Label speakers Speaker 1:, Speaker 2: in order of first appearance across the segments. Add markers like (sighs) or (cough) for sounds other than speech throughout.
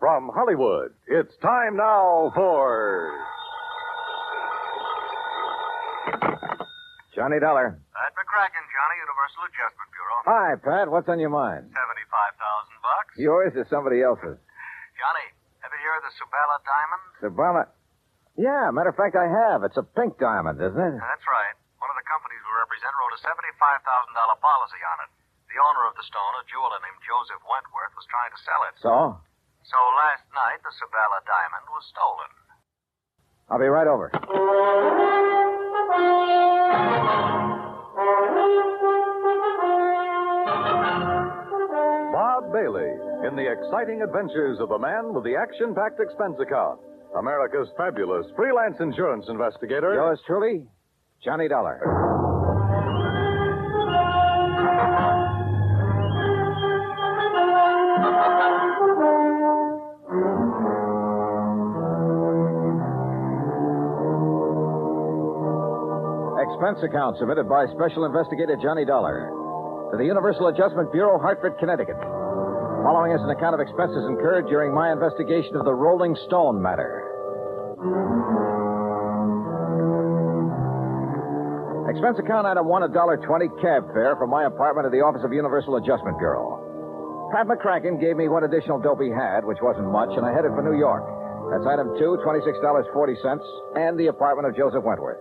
Speaker 1: From Hollywood, it's time now for. Johnny Dollar.
Speaker 2: Pat McCracken, Johnny, Universal Adjustment Bureau.
Speaker 1: Hi, Pat. What's on your
Speaker 2: 75000
Speaker 1: mind?
Speaker 2: bucks.
Speaker 1: Yours or somebody else's?
Speaker 2: Johnny, ever hear of the Subala Diamond?
Speaker 1: Sabala. Yeah, matter of fact, I have. It's a pink diamond, isn't it?
Speaker 2: That's right. One of the companies we represent wrote a $75,000 policy on it. The owner of the stone, a jeweler named Joseph Wentworth, was trying to sell it.
Speaker 1: So,
Speaker 2: So last night, the Sabala Diamond was stolen.
Speaker 1: I'll be right over. Bob Bailey in the exciting adventures of the man with the action packed expense account. America's fabulous freelance insurance investigator. Yours truly, Johnny Dollar. Expense account submitted by Special Investigator Johnny Dollar to the Universal Adjustment Bureau, Hartford, Connecticut. Following is an account of expenses incurred during my investigation of the Rolling Stone matter. Expense account item one, a dollar twenty cab fare from my apartment to the office of Universal Adjustment Bureau. Pat McCracken gave me what additional dope he had, which wasn't much, and I headed for New York. That's item two, $26.40, and the apartment of Joseph Wentworth.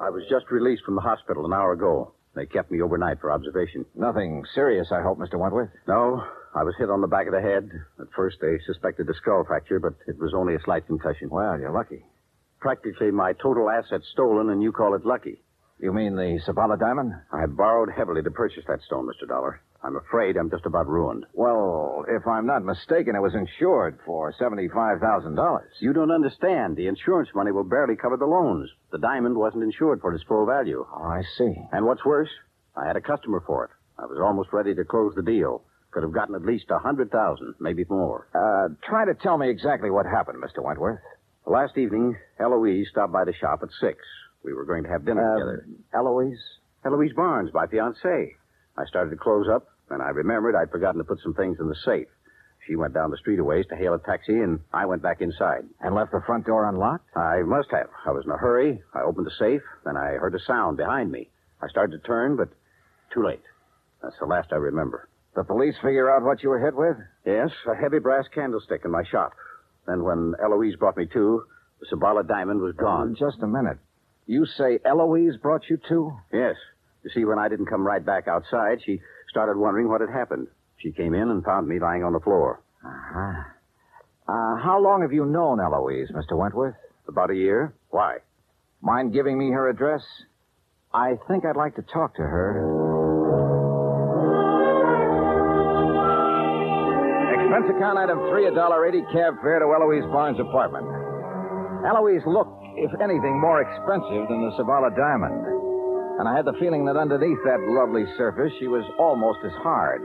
Speaker 3: I was just released from the hospital an hour ago. They kept me overnight for observation.
Speaker 1: Nothing serious, I hope, Mr. Wentworth.
Speaker 3: No, I was hit on the back of the head. At first, they suspected a skull fracture, but it was only a slight concussion.
Speaker 1: Well, you're lucky.
Speaker 3: Practically my total assets stolen, and you call it lucky.
Speaker 1: You mean the Sabala diamond?
Speaker 3: I borrowed heavily to purchase that stone, Mr. Dollar. I'm afraid I'm just about ruined.
Speaker 1: Well, if I'm not mistaken, it was insured for $75,000.
Speaker 3: You don't understand. The insurance money will barely cover the loans. The diamond wasn't insured for its full value.
Speaker 1: Oh, I see.
Speaker 3: And what's worse, I had a customer for it. I was almost ready to close the deal. Could have gotten at least a hundred thousand, maybe more.
Speaker 1: Uh, try to tell me exactly what happened, Mr. Wentworth.
Speaker 3: Last evening, Eloise stopped by the shop at six. We were going to have dinner together.
Speaker 1: Uh, Eloise?
Speaker 3: Eloise Barnes, my fiancée. I started to close up, and I remembered I'd forgotten to put some things in the safe. She went down the street a ways to hail a taxi, and I went back inside.
Speaker 1: And left the front door unlocked?
Speaker 3: I must have. I was in a hurry. I opened the safe, then I heard a sound behind me. I started to turn, but too late. That's the last I remember.
Speaker 1: The police figure out what you were hit with?
Speaker 3: Yes, a heavy brass candlestick in my shop. Then when Eloise brought me to, the Sabala diamond was gone.
Speaker 1: Uh, Just a minute. You say Eloise brought you to?
Speaker 3: Yes. You see, when I didn't come right back outside, she started wondering what had happened. She came in and found me lying on the floor.
Speaker 1: Uh-huh. Uh, how long have you known Eloise, Mr. Wentworth?
Speaker 3: About a year? Why?
Speaker 1: Mind giving me her address? I think I'd like to talk to her. Expense account item three, a dollar eighty cab fare to Eloise Barnes' apartment. Eloise looked, if anything, more expensive than the Savala diamond. And I had the feeling that underneath that lovely surface, she was almost as hard.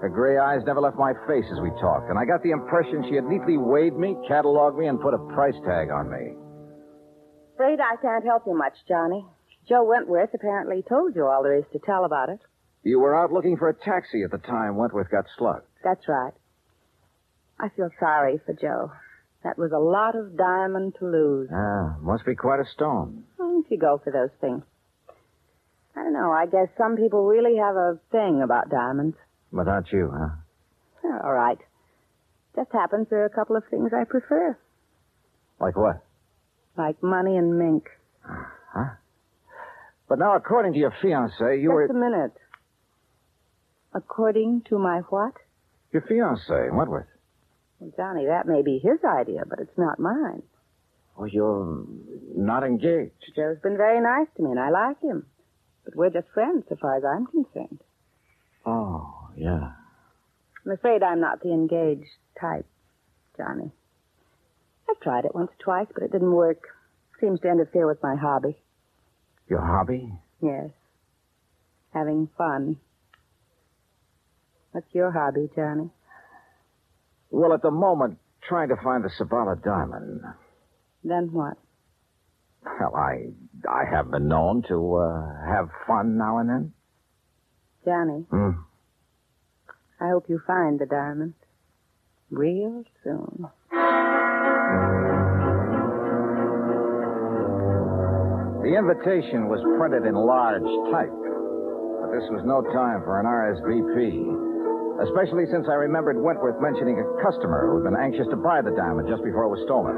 Speaker 1: Her gray eyes never left my face as we talked, and I got the impression she had neatly weighed me, cataloged me, and put a price tag on me.
Speaker 4: Afraid I can't help you much, Johnny. Joe Wentworth apparently told you all there is to tell about it.
Speaker 1: You were out looking for a taxi at the time Wentworth got slugged.
Speaker 4: That's right. I feel sorry for Joe. That was a lot of diamond to lose.
Speaker 1: Ah, must be quite a stone.
Speaker 4: Hmm, If you go for those things. I don't know. I guess some people really have a thing about diamonds.
Speaker 1: Without you, huh?
Speaker 4: They're all right. Just happens there are a couple of things I prefer,
Speaker 1: Like what?
Speaker 4: like money and mink.
Speaker 1: But now, according to your fiancée, you were
Speaker 4: Just a minute. According to my what?
Speaker 1: your fiancée, Wentworth.
Speaker 4: Well, Johnny, that may be his idea, but it's not mine.
Speaker 1: Well, Oh, you're not engaged.
Speaker 4: Joe's been very nice to me, and I like him. But we're just friends, so far as I'm concerned.
Speaker 1: Oh, yeah.
Speaker 4: I'm afraid I'm not the engaged type, Johnny. I've tried it once or twice, but it didn't work. Seems to interfere with my hobby.
Speaker 1: Your hobby?
Speaker 4: Yes. Having fun. What's your hobby, Johnny?
Speaker 1: Well, at the moment, trying to find the Sabala diamond.
Speaker 4: Then what?
Speaker 1: Well, I I have been known to uh, have fun now and then.
Speaker 4: Johnny,
Speaker 1: Hmm.
Speaker 4: I hope you find the diamond. Real soon.
Speaker 1: The invitation was printed in large type, but this was no time for an RSVP, especially since I remembered Wentworth mentioning a customer who'd been anxious to buy the diamond just before it was stolen.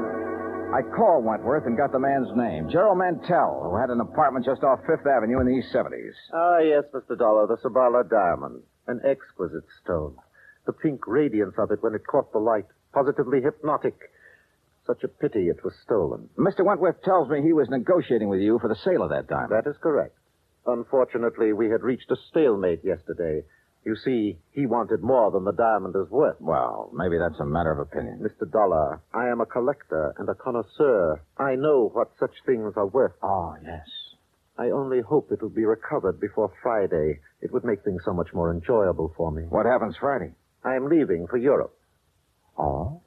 Speaker 1: I called Wentworth and got the man's name, Gerald Mantell, who had an apartment just off Fifth Avenue in the East 70s.
Speaker 2: Ah, yes, Mr. Dollar, the Sabala diamond. An exquisite stone. The pink radiance of it when it caught the light. Positively hypnotic. Such a pity it was stolen.
Speaker 1: Mr. Wentworth tells me he was negotiating with you for the sale of that diamond.
Speaker 2: That is correct. Unfortunately, we had reached a stalemate yesterday. You see, he wanted more than the diamond is worth.
Speaker 1: Well, maybe that's a matter of opinion.
Speaker 2: Mr. Dollar, I am a collector and a connoisseur. I know what such things are worth.
Speaker 1: Oh, yes.
Speaker 2: I only hope it will be recovered before Friday. It would make things so much more enjoyable for me.
Speaker 1: What happens Friday?
Speaker 2: I am leaving for Europe.
Speaker 1: Oh?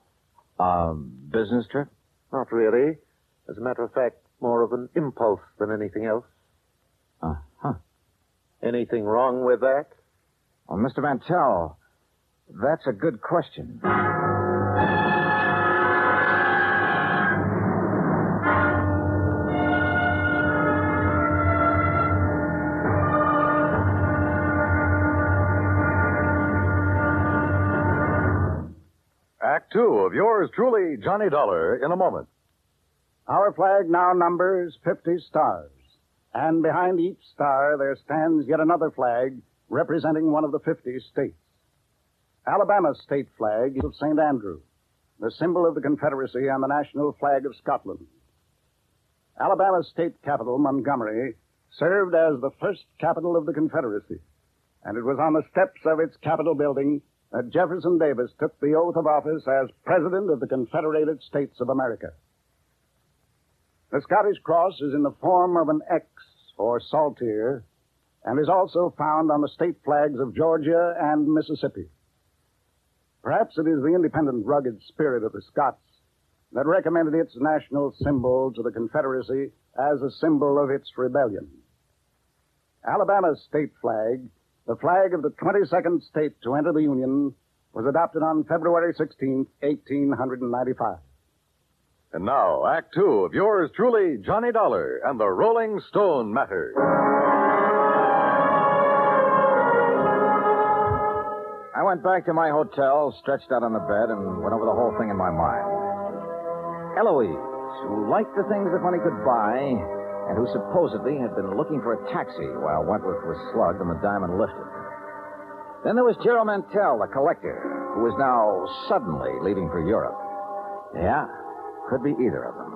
Speaker 1: A business trip?
Speaker 2: Not really. As a matter of fact, more of an impulse than anything else.
Speaker 1: Uh huh.
Speaker 2: Anything wrong with that?
Speaker 1: Well, Mr. Mantell, that's a good question.
Speaker 5: Act two of yours truly, Johnny Dollar, in a moment.
Speaker 6: Our flag now numbers 50 stars, and behind each star there stands yet another flag representing one of the 50 states. Alabama's state flag is of St. Andrew, the symbol of the Confederacy and the national flag of Scotland. Alabama's state capital, Montgomery, served as the first capital of the Confederacy, and it was on the steps of its Capitol building that Jefferson Davis took the oath of office as President of the Confederated States of America. The Scottish cross is in the form of an X or saltire and is also found on the state flags of Georgia and Mississippi. Perhaps it is the independent, rugged spirit of the Scots that recommended its national symbol to the Confederacy as a symbol of its rebellion. Alabama's state flag, the flag of the 22nd state to enter the Union, was adopted on February 16, 1895.
Speaker 5: And now, Act two of yours truly, Johnny Dollar, and the Rolling Stone Matter.
Speaker 1: I went back to my hotel, stretched out on the bed, and went over the whole thing in my mind. Eloise, who liked the things that money could buy, and who supposedly had been looking for a taxi while Wentworth was slugged and the diamond lifted. Then there was Gerald Mantell, the collector, who was now suddenly leaving for Europe. Yeah, could be either of them.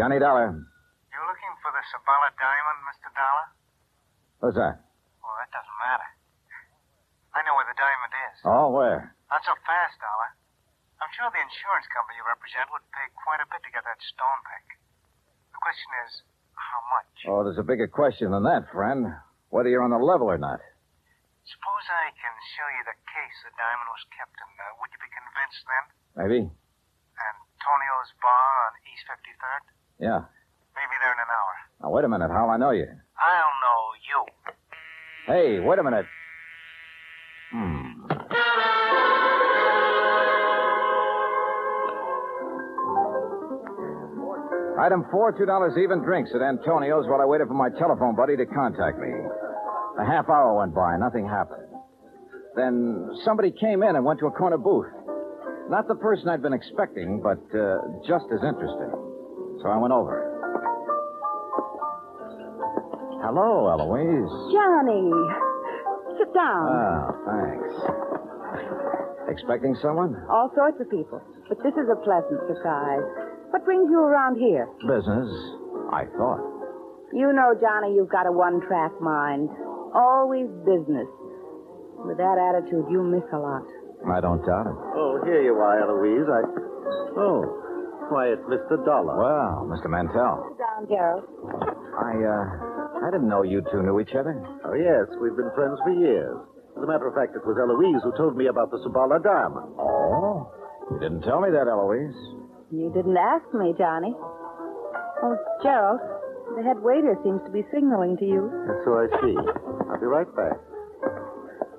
Speaker 1: Johnny Dollar.
Speaker 7: You looking for the Sabala diamond, Mr. Dollar?
Speaker 1: Who's that?
Speaker 7: Well, that doesn't matter. I know where the diamond is.
Speaker 1: Oh, where?
Speaker 7: Not so fast, Dollar. I'm sure the insurance company you represent would pay quite a bit to get that stone back. The question is, how much?
Speaker 1: Oh, there's a bigger question than that, friend. Whether you're on the level or not.
Speaker 7: Suppose I can show you the case the diamond was kept in. Uh, would you be convinced then?
Speaker 1: Maybe.
Speaker 7: Antonio's bar on East 53rd?
Speaker 1: Yeah.
Speaker 7: Maybe there in an hour.
Speaker 1: Now, wait a minute, Hal. I know you.
Speaker 7: I'll know you.
Speaker 1: Hey, wait a minute. Hmm. Item four, two dollars even drinks at Antonio's while I waited for my telephone buddy to contact me. A half hour went by, nothing happened. Then somebody came in and went to a corner booth. Not the person I'd been expecting, but uh, just as interesting. So I went over. Hello, Eloise.
Speaker 4: Johnny! Sit down.
Speaker 1: Oh, thanks. Expecting someone?
Speaker 4: All sorts of people. But this is a pleasant surprise. What brings you around here?
Speaker 1: Business, I thought.
Speaker 4: You know, Johnny, you've got a one track mind. Always business. With that attitude, you miss a lot.
Speaker 1: I don't doubt it.
Speaker 2: Oh, here you are, Eloise. I. Oh, why, it's Mr. Dollar.
Speaker 1: Well, Mr. Mantell,
Speaker 4: Sit down, Gerald.
Speaker 1: I, uh, I didn't know you two knew each other.
Speaker 2: Oh, yes, we've been friends for years. As a matter of fact, it was Eloise who told me about the Sabala diamond.
Speaker 1: Oh? You didn't tell me that, Eloise.
Speaker 4: You didn't ask me, Johnny. Oh, Gerald, the head waiter seems to be signaling to you.
Speaker 2: So I see. I'll be right back.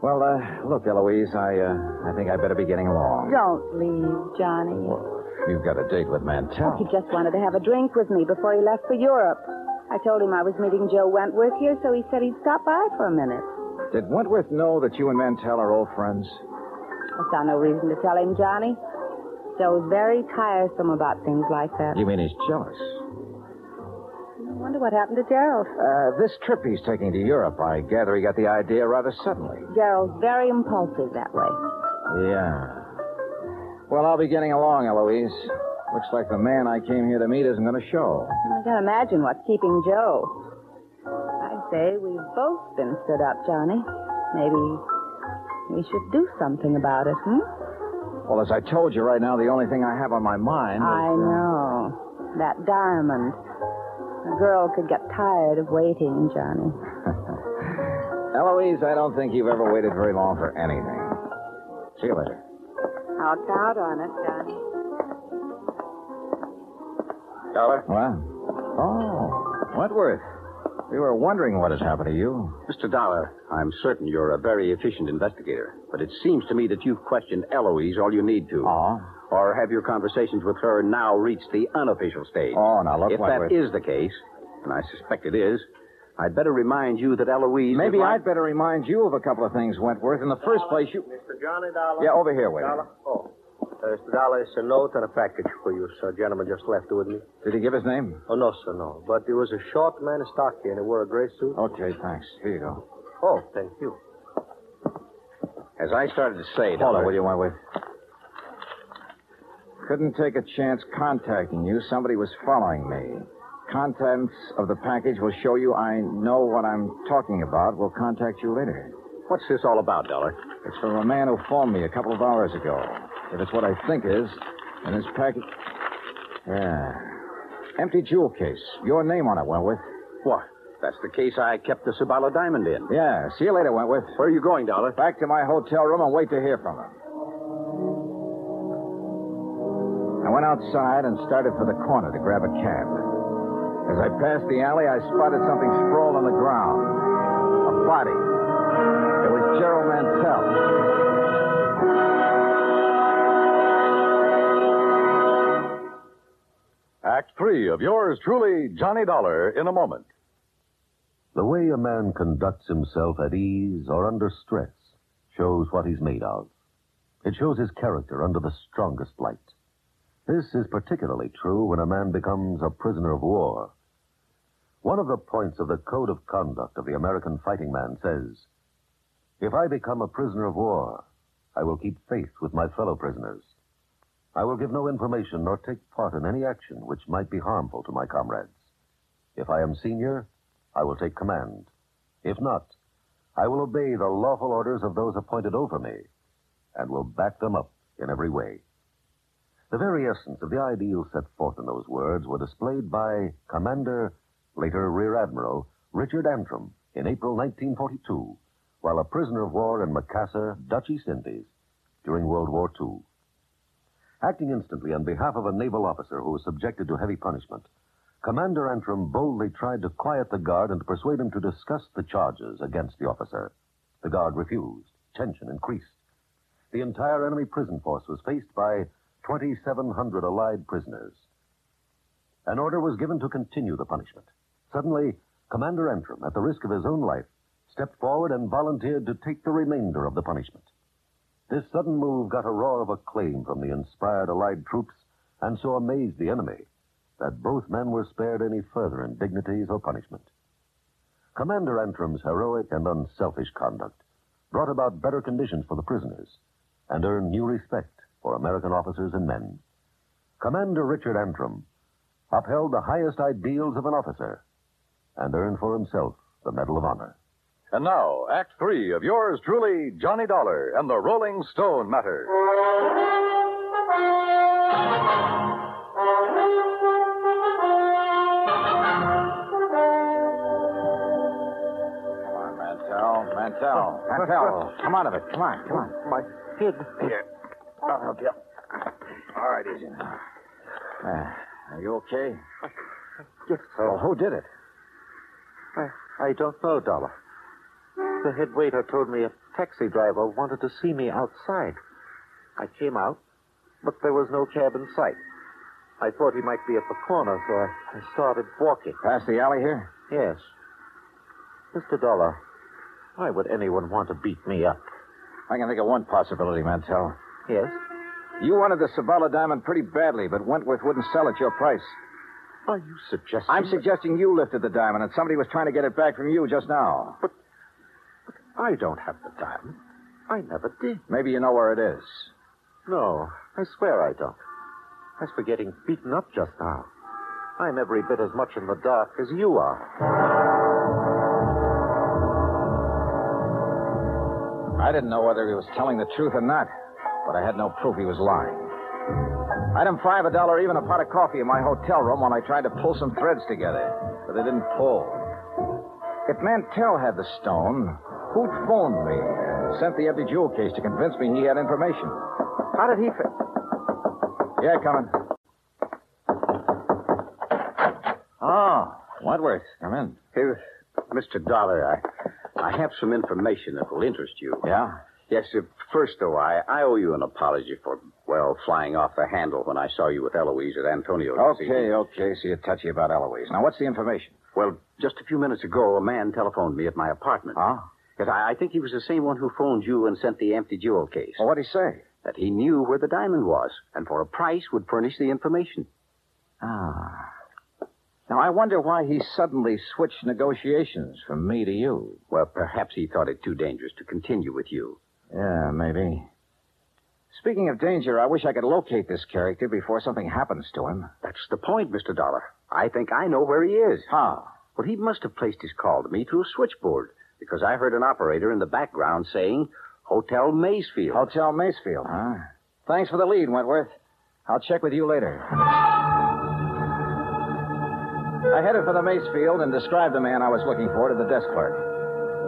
Speaker 1: Well, uh, look, Eloise, I, uh, I think I better be getting along.
Speaker 4: Don't leave, Johnny.
Speaker 1: You've got a date with
Speaker 4: He
Speaker 1: Mantell.
Speaker 4: just wanted to have a drink with me before he left for Europe. I told him I was meeting Joe Wentworth here, so he said he'd stop by for a minute.
Speaker 1: Did Wentworth know that you and Mantell are old friends?
Speaker 4: I saw no reason to tell him, Johnny. Joe's very tiresome about things like that.
Speaker 1: You mean he's jealous?
Speaker 4: I wonder what happened to Gerald.
Speaker 1: Uh, this trip he's taking to Europe, I gather he got the idea rather suddenly.
Speaker 4: Gerald's very impulsive that way.
Speaker 1: Yeah. Well, I'll be getting along, Eloise. Looks like the man I came here to meet isn't going to show.
Speaker 4: I can't imagine what's keeping Joe. I'd say we've both been stood up, Johnny. Maybe we should do something about it, hmm?
Speaker 1: Well, as I told you right now, the only thing I have on my mind.
Speaker 4: I
Speaker 1: is, uh,
Speaker 4: know. That diamond. A girl could get tired of waiting, Johnny.
Speaker 1: Eloise, I don't think you've ever waited very long for anything. See you later.
Speaker 4: I'll count on it, Johnny.
Speaker 8: Dollar?
Speaker 1: What? Oh, Wentworth. We were wondering what had happened to you.
Speaker 8: Mr. Dollar, I'm certain you're a very efficient investigator, but it seems to me that you've questioned Eloise all you need to.
Speaker 1: Oh.
Speaker 8: Or have your conversations with her now reached the unofficial stage?
Speaker 1: Oh, now look,
Speaker 8: if
Speaker 1: Wentworth.
Speaker 8: that is the case, and I suspect it is, I'd better remind you that Eloise. is
Speaker 1: Maybe
Speaker 8: like-
Speaker 1: I'd better remind you of a couple of things, Wentworth. In the first place, you.
Speaker 2: Mr. Johnny Dollar.
Speaker 1: Yeah, over here, waiter.
Speaker 2: Dollar. Oh. Uh, Mr. Dollar, it's a note and a package for you, sir. Gentleman just left it with me.
Speaker 1: Did he give his name?
Speaker 2: Oh, no, sir, no. But he was a short man, a stocky, and he wore a gray suit.
Speaker 1: Okay, thanks. Here you go.
Speaker 2: Oh, thank you.
Speaker 8: As I started to say,
Speaker 1: Hold on,
Speaker 8: Dollar,
Speaker 1: will you, Wentworth? Couldn't take a chance contacting you. Somebody was following me. Contents of the package will show you I know what I'm talking about. We'll contact you later.
Speaker 8: What's this all about, Dollar?
Speaker 1: It's from a man who phoned me a couple of hours ago. If it's what I think is, and this package. Yeah. Empty jewel case. Your name on it, Wentworth.
Speaker 8: What? That's the case I kept the Sabala diamond in.
Speaker 1: Yeah. See you later, Wentworth.
Speaker 8: Where are you going, Dollar?
Speaker 1: Back to my hotel room and wait to hear from him. I went outside and started for the corner to grab a cab. As I passed the alley, I spotted something sprawled on the ground. A body. It was Gerald Mantell.
Speaker 9: Act three of yours truly, Johnny Dollar, in a moment.
Speaker 10: The way a man conducts himself at ease or under stress shows what he's made of. It shows his character under the strongest light. This is particularly true when a man becomes a prisoner of war. One of the points of the code of conduct of the American fighting man says, If I become a prisoner of war, I will keep faith with my fellow prisoners. I will give no information nor take part in any action which might be harmful to my comrades. If I am senior, I will take command. If not, I will obey the lawful orders of those appointed over me and will back them up in every way. The very essence of the ideals set forth in those words were displayed by Commander, later Rear Admiral, Richard Antrim in April 1942 while a prisoner of war in Macassar, Dutch East Indies during World War II. Acting instantly on behalf of a naval officer who was subjected to heavy punishment, Commander Antrim boldly tried to quiet the guard and to persuade him to discuss the charges against the officer. The guard refused. Tension increased. The entire enemy prison force was faced by 2,700 allied prisoners. An order was given to continue the punishment. Suddenly, Commander Antrim, at the risk of his own life, stepped forward and volunteered to take the remainder of the punishment. This sudden move got a roar of acclaim from the inspired allied troops and so amazed the enemy that both men were spared any further indignities or punishment. Commander Antrim's heroic and unselfish conduct brought about better conditions for the prisoners and earned new respect for American officers and men. Commander Richard Antrim upheld the highest ideals of an officer and earned for himself the Medal of Honor.
Speaker 5: And now, Act Three of yours truly, Johnny Dollar and the Rolling Stone Matter.
Speaker 1: Come on, Mantel. Mantel. Mantel. (laughs) Come out of it. Come on. Come on.
Speaker 2: My kid.
Speaker 1: Here. I'll help you. All right, easy now. Ah, are you okay?
Speaker 2: Yes,
Speaker 1: So, who did it?
Speaker 2: I, I don't know, Dollar. The head waiter told me a taxi driver wanted to see me outside. I came out, but there was no cab in sight. I thought he might be at the corner, so I, I started walking.
Speaker 1: Past the alley here?
Speaker 2: Yes. Mr. Dollar, why would anyone want to beat me up?
Speaker 1: I can think of one possibility, Mantel.
Speaker 2: Yes?
Speaker 1: You wanted the Sabala diamond pretty badly, but Wentworth wouldn't sell at your price.
Speaker 2: Are you suggesting?
Speaker 1: I'm suggesting you lifted the diamond, and somebody was trying to get it back from you just now.
Speaker 2: I don't have the diamond. I never did.
Speaker 1: Maybe you know where it is.
Speaker 2: No, I swear I don't. As for getting beaten up just now, I'm every bit as much in the dark as you are.
Speaker 1: I didn't know whether he was telling the truth or not, but I had no proof he was lying. Item five, a dollar, even a pot of coffee in my hotel room while I tried to pull some threads together, but they didn't pull. If Mantell had the stone, who phoned me and sent the empty jewel case to convince me he had information?
Speaker 2: How did he? Fa-
Speaker 1: Yeah, coming. Oh, Wentworth, come in.
Speaker 7: Here, Mr. Dollar, I, I have some information that will interest you.
Speaker 1: Yeah?
Speaker 7: Yes, sir. First, though, I, I owe you an apology for, well, flying off the handle when I saw you with Eloise at Antonio's. this
Speaker 1: Okay,
Speaker 7: evening.
Speaker 1: okay. So you're touchy about Eloise. Now, what's the information?
Speaker 7: Well, just a few minutes ago, a man telephoned me at my apartment.
Speaker 1: Huh?
Speaker 7: Yes, I, I think he was the same one who phoned you and sent the empty jewel case.
Speaker 1: Well, what'd he say?
Speaker 7: That he knew where the diamond was, and for a price would furnish the information.
Speaker 1: Ah. Now, I wonder why he suddenly switched negotiations from me to you.
Speaker 7: Well, perhaps he thought it too dangerous to continue with you.
Speaker 1: Yeah, maybe. Speaking of danger, I wish I could locate this character before something happens to him.
Speaker 7: That's the point, Mr. Dollar. I think I know where he is.
Speaker 1: How?
Speaker 7: Well, he must have placed his call to me through a switchboard because I heard an operator in the background saying, Hotel Maysfield.
Speaker 1: Hotel Macefield, huh? Thanks for the lead, Wentworth. I'll check with you later. I headed for the Macefield and described the man I was looking for to the desk clerk.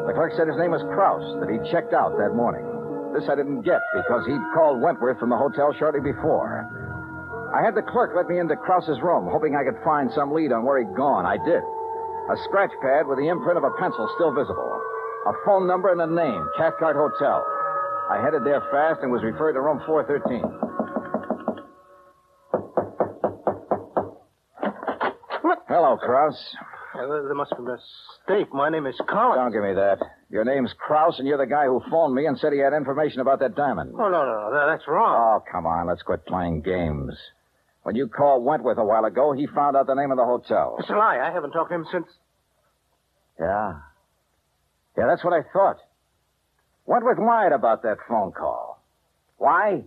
Speaker 1: The clerk said his name was Kraus, that he checked out that morning. This I didn't get because he'd called Wentworth from the hotel shortly before. I had the clerk let me into Kraus's room, hoping I could find some lead on where he'd gone. I did. A scratch pad with the imprint of a pencil still visible. A phone number and a name, Cathcart Hotel. I headed there fast and was referred to room 413. Hello, Kraus.
Speaker 2: there must be a mistake. My name is Collins.
Speaker 1: Don't give me that. Your name's Kraus, and you're the guy who phoned me and said he had information about that diamond.
Speaker 2: Oh, no, no, no. That's wrong.
Speaker 1: Oh, come on. Let's quit playing games. When you called Wentworth a while ago, he found out the name of the hotel.
Speaker 2: It's a lie. I haven't talked to him since.
Speaker 1: Yeah. Yeah, that's what I thought. Wentworth lied about that phone call. Why?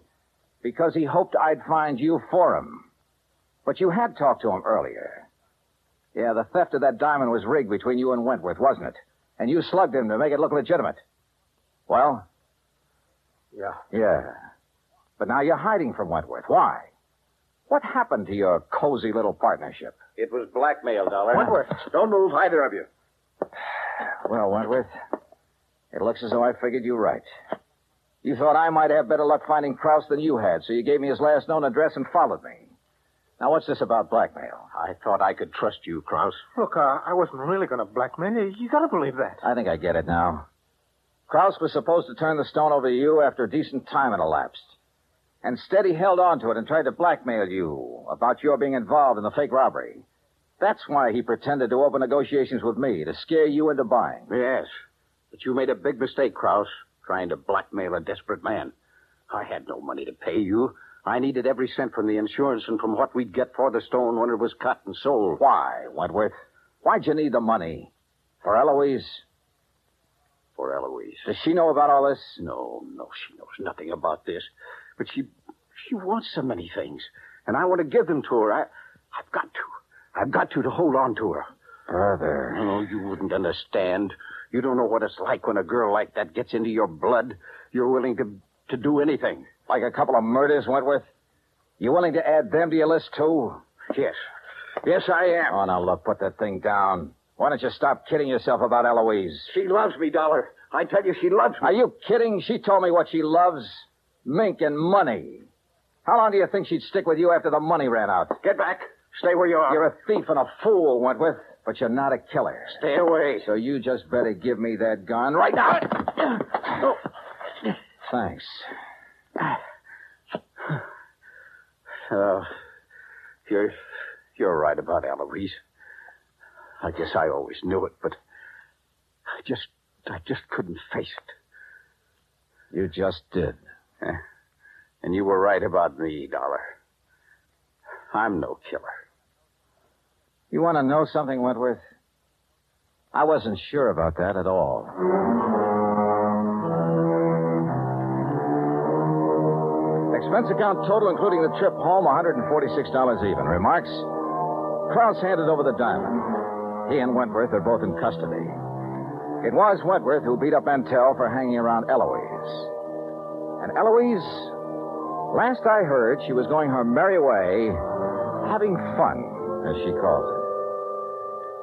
Speaker 1: Because he hoped I'd find you for him. But you had talked to him earlier. Yeah, the theft of that diamond was rigged between you and Wentworth, wasn't it? And you slugged him to make it look legitimate. Well?
Speaker 2: Yeah.
Speaker 1: Yeah. But now you're hiding from Wentworth. Why? What happened to your cozy little partnership?
Speaker 7: It was blackmail, Dollar.
Speaker 1: Wentworth.
Speaker 7: Don't move, either of you.
Speaker 1: Well, Wentworth, it looks as though I figured you right. You thought I might have better luck finding Krause than you had, so you gave me his last known address and followed me. Now, what's this about blackmail?
Speaker 7: I thought I could trust you, Kraus.
Speaker 2: Look, uh, I wasn't really going to blackmail you. You got to believe that.
Speaker 1: I think I get it now. Krause was supposed to turn the stone over to you after a decent time had elapsed. Instead, he held on to it and tried to blackmail you about your being involved in the fake robbery. That's why he pretended to open negotiations with me, to scare you into buying.
Speaker 7: Yes. But you made a big mistake, Kraus, trying to blackmail a desperate man. I had no money to pay you. I needed every cent from the insurance and from what we'd get for the stone when it was cut and sold.
Speaker 1: Why, Wentworth? Why'd you need the money? For Eloise?
Speaker 7: For Eloise.
Speaker 1: Does she know about all this?
Speaker 7: No, no, she knows nothing about this. But she she wants so many things. And I want to give them to her. I I've got to. I've got to to hold on to her.
Speaker 1: Brother.
Speaker 7: Oh, you wouldn't understand. You don't know what it's like when a girl like that gets into your blood. You're willing to, to do anything.
Speaker 1: Like a couple of murders, Wentworth? You willing to add them to your list, too?
Speaker 7: Yes. Yes, I am.
Speaker 1: Oh, now look, put that thing down. Why don't you stop kidding yourself about Eloise?
Speaker 7: She loves me, Dollar. I tell you, she loves me.
Speaker 1: Are you kidding? She told me what she loves mink and money. How long do you think she'd stick with you after the money ran out?
Speaker 7: Get back. Stay where you are.
Speaker 1: You're a thief and a fool, Wentworth, but you're not a killer.
Speaker 7: Stay away.
Speaker 1: So you just better give me that gun right
Speaker 7: (laughs)
Speaker 1: now.
Speaker 7: Oh.
Speaker 1: Thanks.
Speaker 7: (coughs) Uh, you're, you're right about Eloise. I guess I always knew it, but I just, I just couldn't face it.
Speaker 1: You just did.
Speaker 7: Eh, And you were right about me, Dollar. I'm no killer.
Speaker 1: You want to know something, Wentworth? I wasn't sure about that at all. Expense account total, including the trip home, $146 even. Remarks? Krauss handed over the diamond. He and Wentworth are both in custody. It was Wentworth who beat up Mantell for hanging around Eloise. And Eloise, last I heard, she was going her merry way, having fun, as she calls it.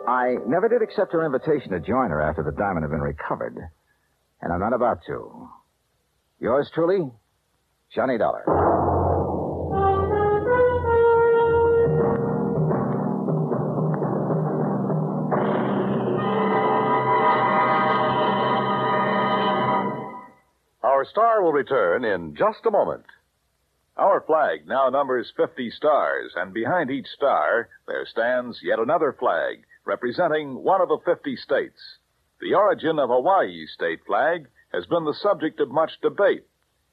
Speaker 1: I never did accept her invitation to join her after the diamond had been recovered, and I'm not about to. Yours truly, Johnny Dollar.
Speaker 11: Our star will return in just a moment. Our flag now numbers 50 stars, and behind each star, there stands yet another flag representing one of the 50 states. The origin of Hawaii's state flag has been the subject of much debate.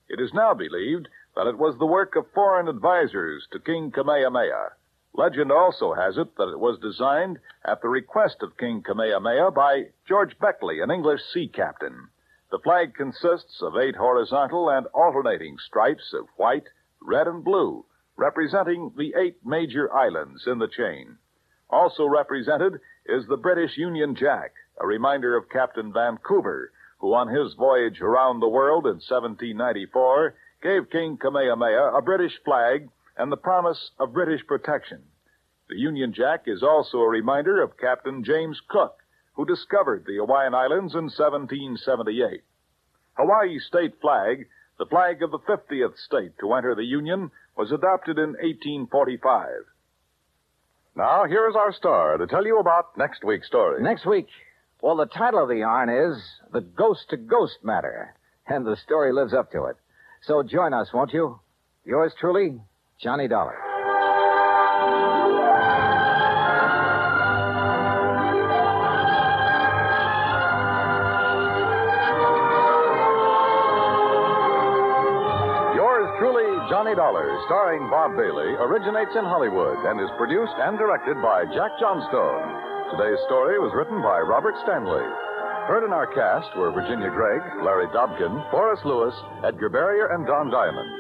Speaker 11: It is now believed that it was the work of foreign advisers to King Kamehameha. Legend also has it that it was designed at the request of King Kamehameha by George Beckley, an English sea captain. The flag consists of eight horizontal and alternating stripes of white, red, and blue, representing the eight major islands in the chain. Also represented is the British Union Jack, a reminder of Captain Vancouver, who on his voyage around the world in 1794 gave King Kamehameha a British flag and the promise of British protection. The Union Jack is also a reminder of Captain James Cook, who discovered the Hawaiian Islands in 1778. Hawaii's state flag, the flag of the 50th state to enter the Union, was adopted in 1845. Now, here is our star to tell you about next week's story.
Speaker 1: Next week, well, the title of the yarn is The Ghost to Ghost Matter, and the story lives up to it. So join us, won't you? Yours truly, Johnny Dollar.
Speaker 11: Yours truly, Johnny Dollar, starring Bob Bailey, originates in Hollywood and is produced and directed by Jack Johnstone. Today's story was written by Robert Stanley. Heard in our cast were Virginia Gregg, Larry Dobkin, Forrest Lewis, Edgar Barrier, and Don Diamond.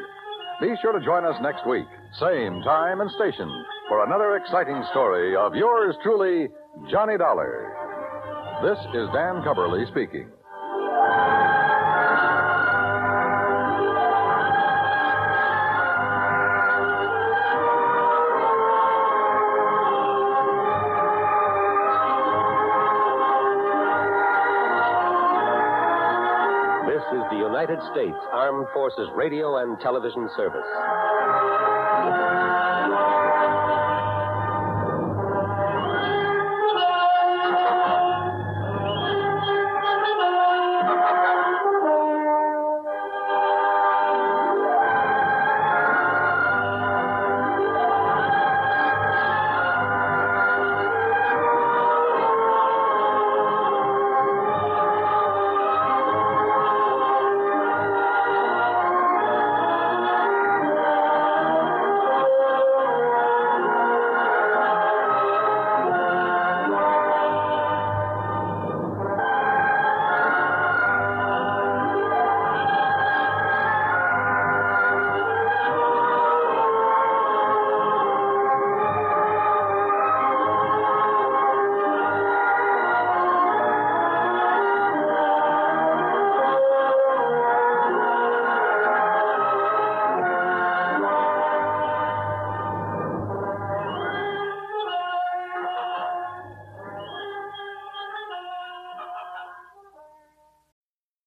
Speaker 11: Be sure to join us next week, same time and station, for another exciting story of yours truly, Johnny Dollar. This is Dan Cumberly speaking.
Speaker 2: This is the United States Armed Forces Radio and Television Service.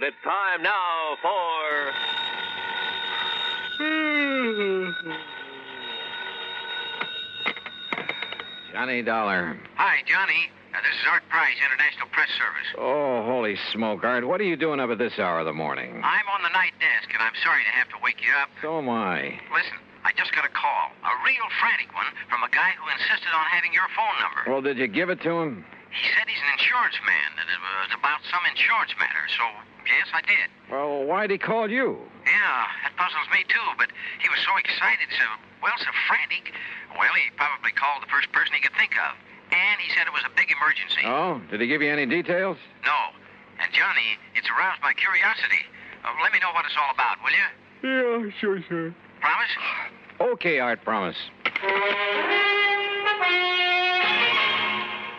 Speaker 12: The time now for.
Speaker 1: Johnny Dollar.
Speaker 13: Hi, Johnny. Uh, this is Art Price, International Press Service.
Speaker 1: Oh, holy smoke, Art. What are you doing up at this hour of the morning?
Speaker 13: I'm on the night desk, and I'm sorry to have to wake you up.
Speaker 1: So am I.
Speaker 13: Listen, I just got a call, a real frantic one, from a guy who insisted on having your phone number.
Speaker 1: Well, did you give it to him?
Speaker 13: He said he's an insurance man, and it was about some insurance matter, so yes, I did.
Speaker 1: Well, why'd he call you?
Speaker 13: Yeah, that puzzles me too, but he was so excited, so, well, so frantic. Well, he probably called the first person he could think of. And he said it was a big emergency.
Speaker 1: Oh, did he give you any details?
Speaker 13: No. And Johnny, it's aroused my curiosity. Uh, let me know what it's all about, will you?
Speaker 1: Yeah, sure, sure.
Speaker 13: Promise?
Speaker 1: Okay, Art, promise.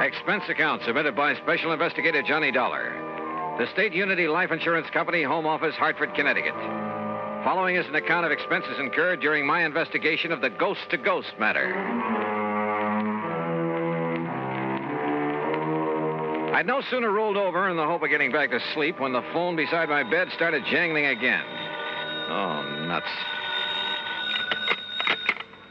Speaker 1: Expense account submitted by Special Investigator Johnny Dollar. The State Unity Life Insurance Company, Home Office, Hartford, Connecticut. Following is an account of expenses incurred during my investigation of the ghost to ghost matter. I'd no sooner rolled over in the hope of getting back to sleep when the phone beside my bed started jangling again. Oh, nuts.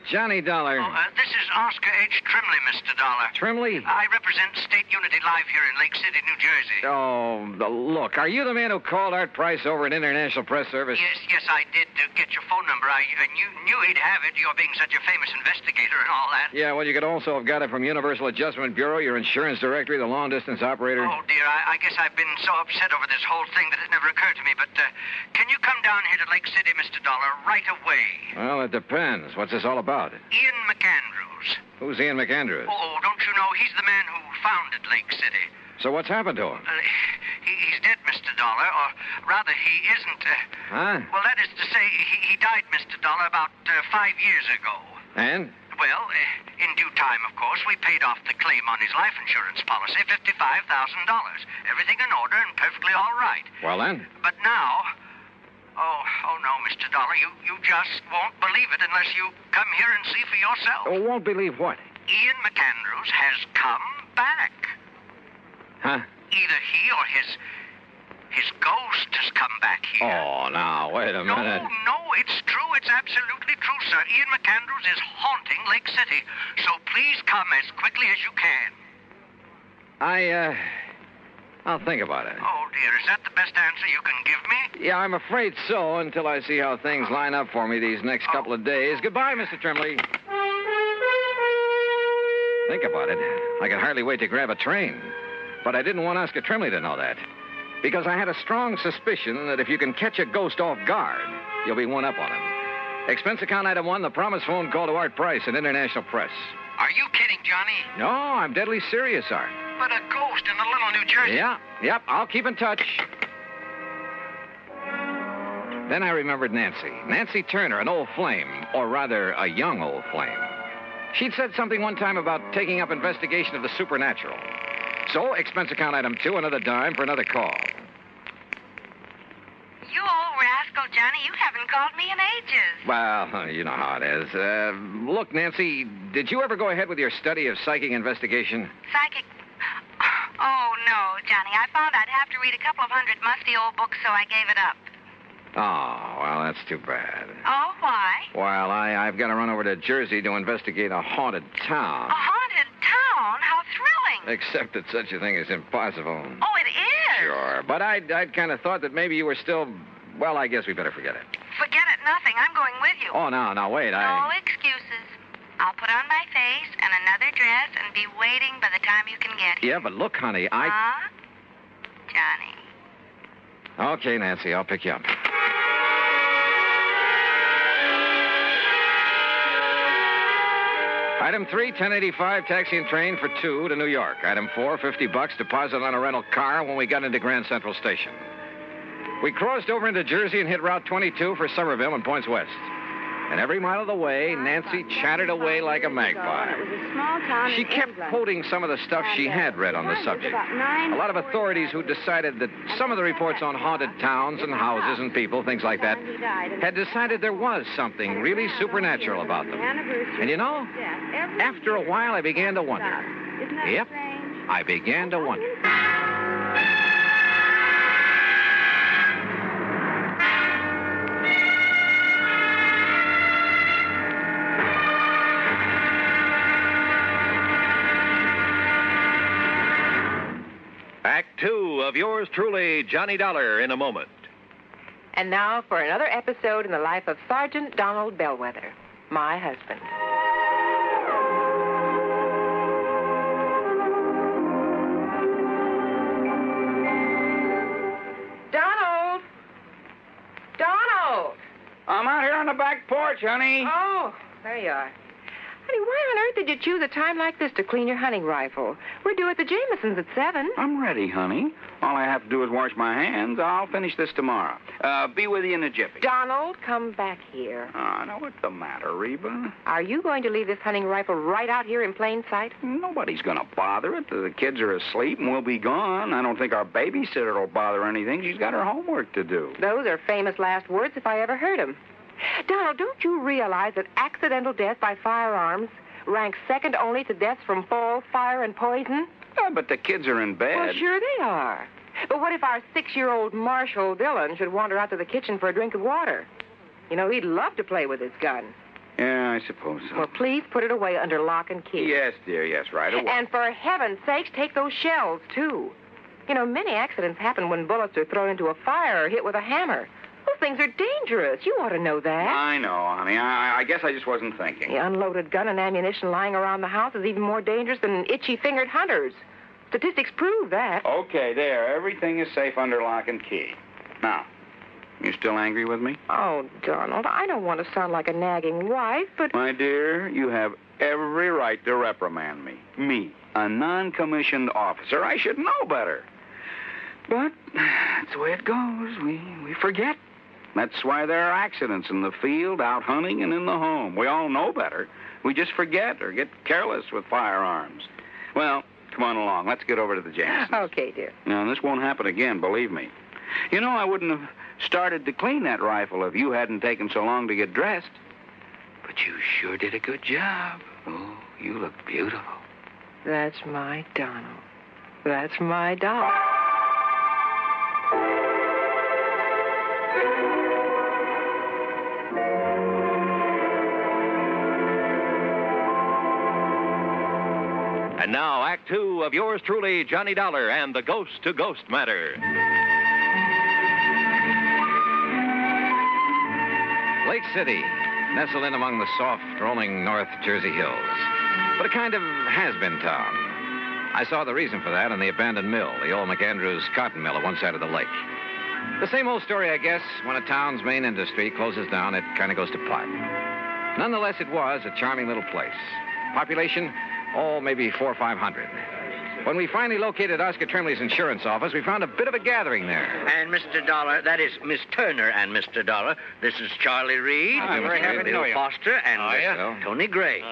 Speaker 1: Johnny Dollar.
Speaker 13: Oh, uh, this is Oscar H. Trimley, Mr. Dollar.
Speaker 1: Trimley?
Speaker 13: I represent State Unity Live here in Lake City, New Jersey.
Speaker 1: Oh, the- look, are you the man who called Art Price over at International Press Service?
Speaker 13: Yes, yes, I did uh, get your phone number. I uh, knew, knew he'd have it, your being such a famous investigator and all that.
Speaker 1: Yeah, well, you could also have got it from Universal Adjustment Bureau, your insurance directory, the long distance operator.
Speaker 13: Oh, dear, I, I guess I've been so upset over this whole thing that it never occurred to me, but uh, can you come down here to Lake City, Mr. Dollar, right away?
Speaker 1: Well, it depends. What's this all about?
Speaker 13: Ian McAndrews.
Speaker 1: Who's Ian McAndrews?
Speaker 13: Oh, don't you know? He's the man who founded Lake City.
Speaker 1: So what's happened to him?
Speaker 13: Uh, he, he's dead, Mr. Dollar, or rather, he isn't. Uh,
Speaker 1: Huh?
Speaker 13: well, that is to say, he, he died, Mr. Dollar, about uh, five years ago.
Speaker 1: And?
Speaker 13: Well, uh, in due time, of course, we paid off the claim on his life insurance policy, $55,000. Everything in order and perfectly all right.
Speaker 1: Well, then?
Speaker 13: But now. Oh, oh no, Mr. Dollar, you, you just won't believe it unless you come here and see for yourself.
Speaker 1: Oh, won't believe what?
Speaker 13: Ian McAndrews has come back.
Speaker 1: Huh?
Speaker 13: Either he or his his ghost has come back here.
Speaker 1: Oh, now, wait a
Speaker 13: no,
Speaker 1: minute.
Speaker 13: no, it's true. It's absolutely true, sir. Ian McAndrews is haunting Lake City. So please come as quickly as you can.
Speaker 1: I, uh. I'll think about it.
Speaker 13: Oh, dear, is that the best answer you can give me?
Speaker 1: Yeah, I'm afraid so until I see how things line up for me these next couple of days. Goodbye, Mr. Trimley. Think about it. I could hardly wait to grab a train. But I didn't want Oscar Trimley to know that. Because I had a strong suspicion that if you can catch a ghost off guard, you'll be one up on him. Expense account item one, the promised phone call to Art Price at International Press.
Speaker 13: Are you kidding, Johnny?
Speaker 1: No, I'm deadly serious, Art.
Speaker 13: But a ghost in a little New Jersey.
Speaker 1: Yeah, yep, I'll keep in touch. Then I remembered Nancy. Nancy Turner, an old flame, or rather, a young old flame. She'd said something one time about taking up investigation of the supernatural. So, expense account item two, another dime for another call.
Speaker 14: You old rascal, Johnny, you haven't called me in ages.
Speaker 1: Well, (laughs) you know how it is. Uh, look, Nancy, did you ever go ahead with your study of psychic investigation?
Speaker 14: Psychic. Oh, no, Johnny. I found I'd have to read a couple of hundred musty old books, so I gave it up.
Speaker 1: Oh, well, that's too bad.
Speaker 14: Oh, why?
Speaker 1: Well, I, I've got to run over to Jersey to investigate a haunted town.
Speaker 14: A haunted
Speaker 1: Except that such a thing is impossible.
Speaker 14: Oh, it is.
Speaker 1: Sure, but I'd, I'd kind of thought that maybe you were still. Well, I guess we better forget it.
Speaker 14: Forget it, nothing. I'm going with you.
Speaker 1: Oh, no, no, wait.
Speaker 14: No
Speaker 1: I.
Speaker 14: excuses. I'll put on my face and another dress and be waiting by the time you can get here.
Speaker 1: Yeah, but look, honey, I.
Speaker 14: Huh? Johnny.
Speaker 1: Okay, Nancy, I'll pick you up. Item 3, 1085, taxi and train for two to New York. Item 4, 50 bucks deposit on a rental car when we got into Grand Central Station. We crossed over into Jersey and hit Route 22 for Somerville and points west. And every mile of the way, Nancy chattered away like a magpie.
Speaker 4: Small town
Speaker 1: She
Speaker 4: in
Speaker 1: kept
Speaker 4: England.
Speaker 1: quoting some of the stuff she had read on the subject. A lot of authorities who decided that some of the reports on haunted towns and houses and people, things like that, had decided there was something really supernatural about them. And you know, after a while, I began to wonder. Yep, I began to wonder.
Speaker 12: Act two of yours truly, Johnny Dollar, in a moment.
Speaker 15: And now for another episode in the life of Sergeant Donald Bellwether, my husband. Donald! Donald!
Speaker 16: I'm out here on the back porch, honey.
Speaker 15: Oh, there you are. Honey, why on earth did you choose a time like this to clean your hunting rifle? We're due at the Jamesons at 7.
Speaker 16: I'm ready, honey. All I have to do is wash my hands. I'll finish this tomorrow. Uh, be with you in a jiffy.
Speaker 15: Donald, come back here.
Speaker 16: Ah, now what's the matter, Reba?
Speaker 15: Are you going to leave this hunting rifle right out here in plain sight?
Speaker 16: Nobody's gonna bother it. The kids are asleep and we'll be gone. I don't think our babysitter will bother anything. She's got her homework to do.
Speaker 15: Those are famous last words if I ever heard 'em. Donald, don't you realize that accidental death by firearms ranks second only to deaths from fall, fire, and poison?
Speaker 16: Yeah, Uh, but the kids are in bed.
Speaker 15: Well, sure they are. But what if our six-year-old Marshall Dillon should wander out to the kitchen for a drink of water? You know, he'd love to play with his gun.
Speaker 16: Yeah, I suppose so.
Speaker 15: Well, please put it away under lock and key.
Speaker 16: Yes, dear. Yes, right away.
Speaker 15: And for heaven's sakes, take those shells, too. You know, many accidents happen when bullets are thrown into a fire or hit with a hammer. Those things are dangerous. You ought to know that.
Speaker 16: I know, honey. I, I guess I just wasn't thinking.
Speaker 15: The unloaded gun and ammunition lying around the house is even more dangerous than itchy fingered hunters. Statistics prove that.
Speaker 16: Okay, there. Everything is safe under lock and key. Now, you still angry with me?
Speaker 15: Oh, Donald, I don't want to sound like a nagging wife, but.
Speaker 16: My dear, you have every right to reprimand me. Me, a non commissioned officer. I should know better. But that's the way it goes. We, we forget. That's why there are accidents in the field, out hunting, and in the home. We all know better. We just forget or get careless with firearms. Well, come on along. Let's get over to the James.
Speaker 15: Okay, dear.
Speaker 16: Now, this won't happen again, believe me. You know, I wouldn't have started to clean that rifle if you hadn't taken so long to get dressed. But you sure did a good job. Oh, you look beautiful.
Speaker 15: That's my Donald. That's my Donald.
Speaker 12: And now, Act two of yours truly, Johnny Dollar and the Ghost to Ghost Matter.
Speaker 1: Lake City, nestled in among the soft, rolling North Jersey hills. But a kind of has been town. I saw the reason for that in the abandoned mill, the old McAndrews cotton mill at one side of the lake. The same old story, I guess. When a town's main industry closes down, it kind of goes to pot. Nonetheless, it was a charming little place. Population, oh, maybe four or five hundred. When we finally located Oscar Trimley's insurance office, we found a bit of a gathering there.
Speaker 13: And Mr. Dollar, that is Miss Turner and Mr. Dollar. This is Charlie Reed.
Speaker 1: Hi,
Speaker 13: Mr.
Speaker 1: Ah, very happy to
Speaker 13: Bill
Speaker 1: know you. Ah,
Speaker 13: Foster and
Speaker 1: Hiya.
Speaker 13: uh, Tony Gray.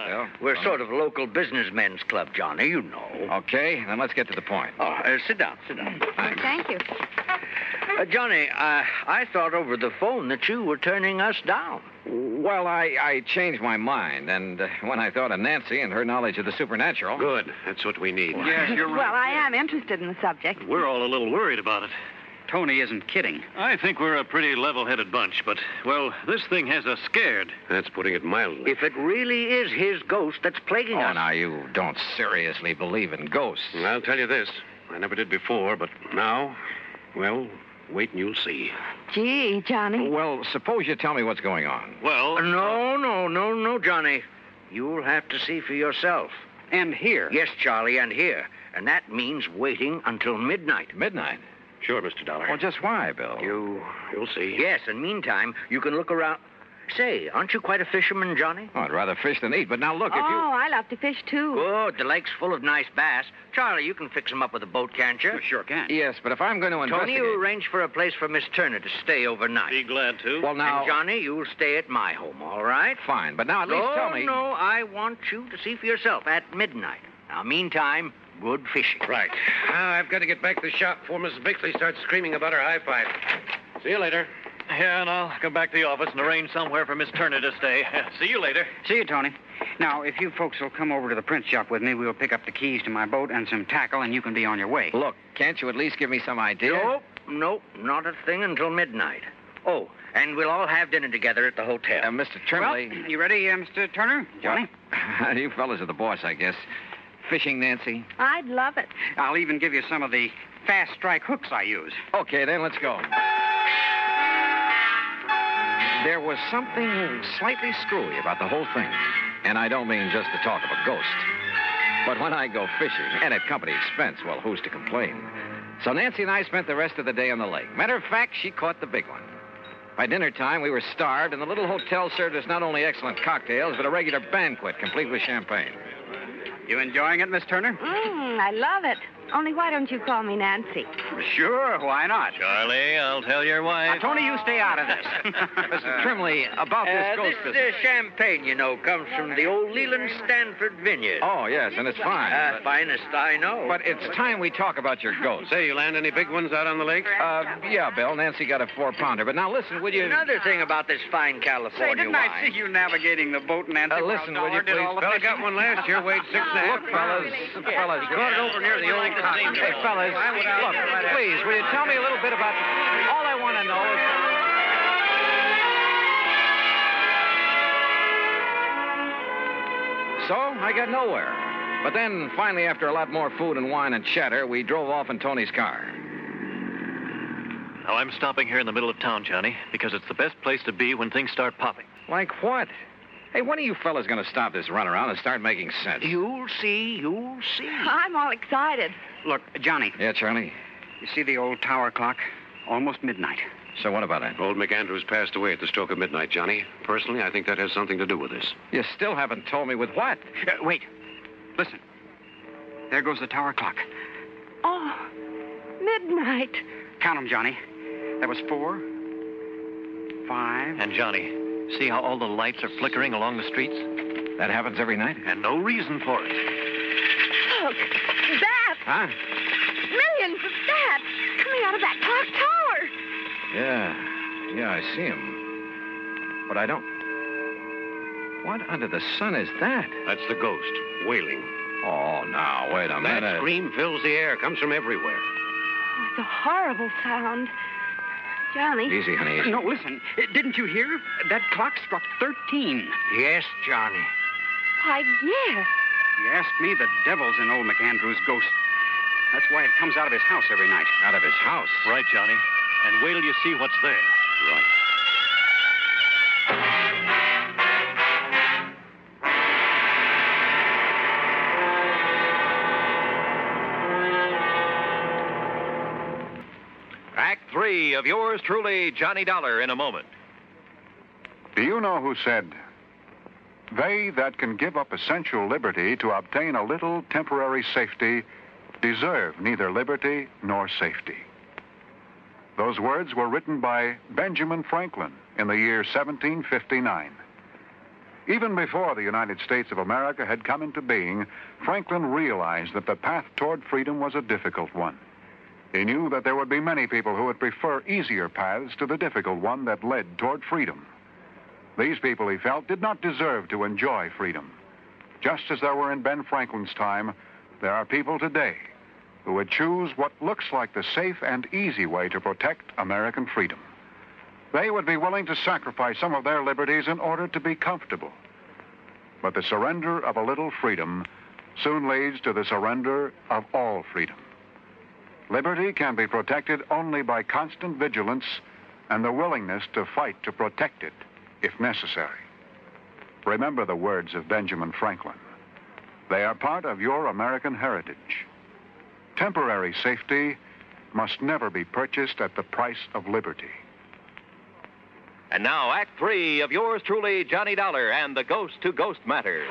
Speaker 13: We're
Speaker 1: Ah.
Speaker 13: sort of a local businessmen's club, Johnny. You know.
Speaker 1: Okay, then let's get to the point.
Speaker 13: Oh, uh, sit down, sit down.
Speaker 14: Thank you.
Speaker 13: Uh, Johnny, I I thought over the phone that you were turning us down.
Speaker 1: Well, I, I changed my mind, and uh, when I thought of Nancy and her knowledge of the supernatural. Good. That's what we need.
Speaker 17: Yes,
Speaker 18: (laughs)
Speaker 19: Well, I am interested in the subject.
Speaker 17: We're all a little worried about it.
Speaker 16: Tony isn't kidding.
Speaker 17: I think we're a pretty level headed bunch, but, well, this thing has us scared.
Speaker 18: That's putting it mildly.
Speaker 13: If it really is his ghost that's plaguing
Speaker 17: Oh,
Speaker 13: us.
Speaker 17: now,
Speaker 1: You don't seriously believe in ghosts.
Speaker 18: I'll tell you this. I never did before, but now, well, wait and you'll see.
Speaker 1: Gee, Johnny. Well, suppose you tell me what's going on.
Speaker 17: Well.
Speaker 13: Uh, No, no, no, no, Johnny. You'll have to see for yourself.
Speaker 16: And here.
Speaker 13: Yes, Charlie, and here. And that means waiting until midnight.
Speaker 1: Midnight?
Speaker 18: Sure, Mr. Dollar.
Speaker 1: Well, just why, Bill?
Speaker 18: You. You'll see.
Speaker 13: Yes, and meantime, you can look around. Say, aren't you quite a fisherman, Johnny?
Speaker 1: Oh, I'd rather fish than eat, but now look,
Speaker 13: if
Speaker 14: oh,
Speaker 13: you.
Speaker 14: I love to fish too.
Speaker 13: Good. The lake's full of nice bass. Charlie, you can fix 'em up with a boat, can't you?
Speaker 16: sure can.
Speaker 1: Yes, but if I'm going to
Speaker 13: Tony,
Speaker 1: investigate.
Speaker 13: you arrange for a place for Miss Turner to stay overnight. Be
Speaker 17: glad to.
Speaker 1: Well, now-
Speaker 13: And Johnny, you'll stay at my home, all right?
Speaker 1: Fine, but now at least
Speaker 13: no,
Speaker 1: tell me.
Speaker 13: No, I want you to see for yourself at midnight. Now, meantime, good fishing.
Speaker 18: Right. I've got to get back to the shop before Mrs. Bixley starts screaming about her high five. See you later.
Speaker 17: Yeah, and I'll come back to the office and arrange somewhere for Miss Turner to stay. (laughs) See you later.
Speaker 16: See you, Tony. Now, if you folks will come over to the print shop with me, we'll pick up the keys to my boat and some tackle, and you can be on your way.
Speaker 1: Look, can't you at least give me some idea?
Speaker 13: Nope, nope, not a thing until midnight. Oh, and we'll all have dinner together at the hotel. Uh,
Speaker 1: Mr. Trimley.
Speaker 16: Well, you ready, uh, Mr. Turner? Johnny?
Speaker 1: (laughs) you fellas are the boss, I guess. Fishing, Nancy?
Speaker 14: I'd love it.
Speaker 16: I'll even give you some of the fast strike hooks I use.
Speaker 1: Okay, then let's go. There was something slightly screwy about the whole thing. And I don't mean just the talk of a ghost. But when I go fishing, and at company expense, well, who's to complain? So Nancy and I spent the rest of the day on the lake. Matter of fact, she caught the big one. By dinner time, we were starved, and the little hotel served us not only excellent cocktails, but a regular banquet complete with champagne.
Speaker 16: You enjoying it, Miss Turner?
Speaker 14: Mm, I love it. Only why don't you call me Nancy?
Speaker 16: Sure, why not?
Speaker 17: Charlie,
Speaker 18: uh,
Speaker 17: I'll tell your wife.
Speaker 16: Tony, you stay out
Speaker 1: (laughs)
Speaker 16: of this. (laughs)
Speaker 13: Mr.
Speaker 1: Trimley, about this
Speaker 13: uh,
Speaker 1: ghost
Speaker 13: This
Speaker 1: business.
Speaker 13: uh, champagne, you know, comes from the old Leland Stanford vineyard.
Speaker 1: Oh, yes, and it's fine.
Speaker 13: Uh, finest I know.
Speaker 1: But it's time we talk about your ghost.
Speaker 18: Say, you land any big ones out on the lake?
Speaker 1: Uh, yeah, Bill. Nancy got a four pounder. But now listen, will you?
Speaker 13: Another thing about this fine California
Speaker 16: Say, didn't I see you navigating the boat, Nancy?
Speaker 1: Uh,
Speaker 16: while
Speaker 1: listen, will you
Speaker 16: Dollar did
Speaker 1: please?
Speaker 16: all the
Speaker 1: Fella
Speaker 16: fishing?
Speaker 1: got one last year, weighed six and a half Look, fellas, fellas,
Speaker 16: He caught it over near the old cotton.
Speaker 1: Hey, fellas, look, please, will you tell me a little bit about. All I want to know is. So I got nowhere. But then, finally, after a lot more food and wine and chatter, we drove off in Tony's car.
Speaker 17: Now, I'm stopping here in the middle of town, Johnny, because it's the best place to be when things start popping.
Speaker 1: Like what? Hey, when are you fellas going to stop this runaround and start making sense?
Speaker 13: You'll see, you'll see.
Speaker 14: I'm all excited.
Speaker 16: Look, Johnny,
Speaker 1: Yeah, Charlie.
Speaker 16: you see the old tower clock? Almost midnight.
Speaker 1: So what about that?
Speaker 18: Old McAndrews passed away at the stroke of midnight, Johnny. Personally, I think that has something to do with this.
Speaker 1: You still haven't told me with what?
Speaker 16: Uh, wait. Listen. There goes the tower clock.
Speaker 14: Oh, midnight.
Speaker 16: Count 'em, Johnny. That was four. Five.
Speaker 17: And, Johnny, see how all the lights are flickering along the streets?
Speaker 1: That happens every night.
Speaker 17: And no reason for it.
Speaker 14: Look, bats.
Speaker 1: Huh?
Speaker 14: Millions of bats coming out of that clock tower.
Speaker 1: Yeah. Yeah, I see him. But I don't. What under the sun is that?
Speaker 18: That's the ghost, wailing.
Speaker 1: Oh, now, wait a
Speaker 18: that
Speaker 1: minute.
Speaker 18: scream fills the air, comes from everywhere.
Speaker 14: It's a horrible sound. Johnny.
Speaker 1: Easy, honey.
Speaker 16: No, listen. Uh, Didn't you hear? That clock struck 13.
Speaker 13: Yes, Johnny.
Speaker 14: Why, yes.
Speaker 16: You asked me, the devil's in old McAndrew's ghost. That's why it comes out of his house every night.
Speaker 1: Out of his house?
Speaker 17: Right, Johnny. And wait till you see what's there.
Speaker 18: Right.
Speaker 12: Act three of yours truly, Johnny Dollar, in a moment.
Speaker 19: Do you know who said, They that can give up essential liberty to obtain a little temporary safety deserve neither liberty nor safety? Those words were written by Benjamin Franklin in the year 1759. Even before the United States of America had come into being, Franklin realized that the path toward freedom was a difficult one. He knew that there would be many people who would prefer easier paths to the difficult one that led toward freedom. These people, he felt, did not deserve to enjoy freedom. Just as there were in Ben Franklin's time, there are people today who would choose what looks like the safe and easy way to protect American freedom. They would be willing to sacrifice some of their liberties in order to be comfortable. But the surrender of a little freedom soon leads to the surrender of all freedom. Liberty can be protected only by constant vigilance and the willingness to fight to protect it if necessary. Remember the words of Benjamin Franklin. They are part of your American heritage. Temporary safety must never be purchased at the price of liberty.
Speaker 12: And now, Act Three of yours truly, Johnny Dollar and the Ghost to Ghost Matter.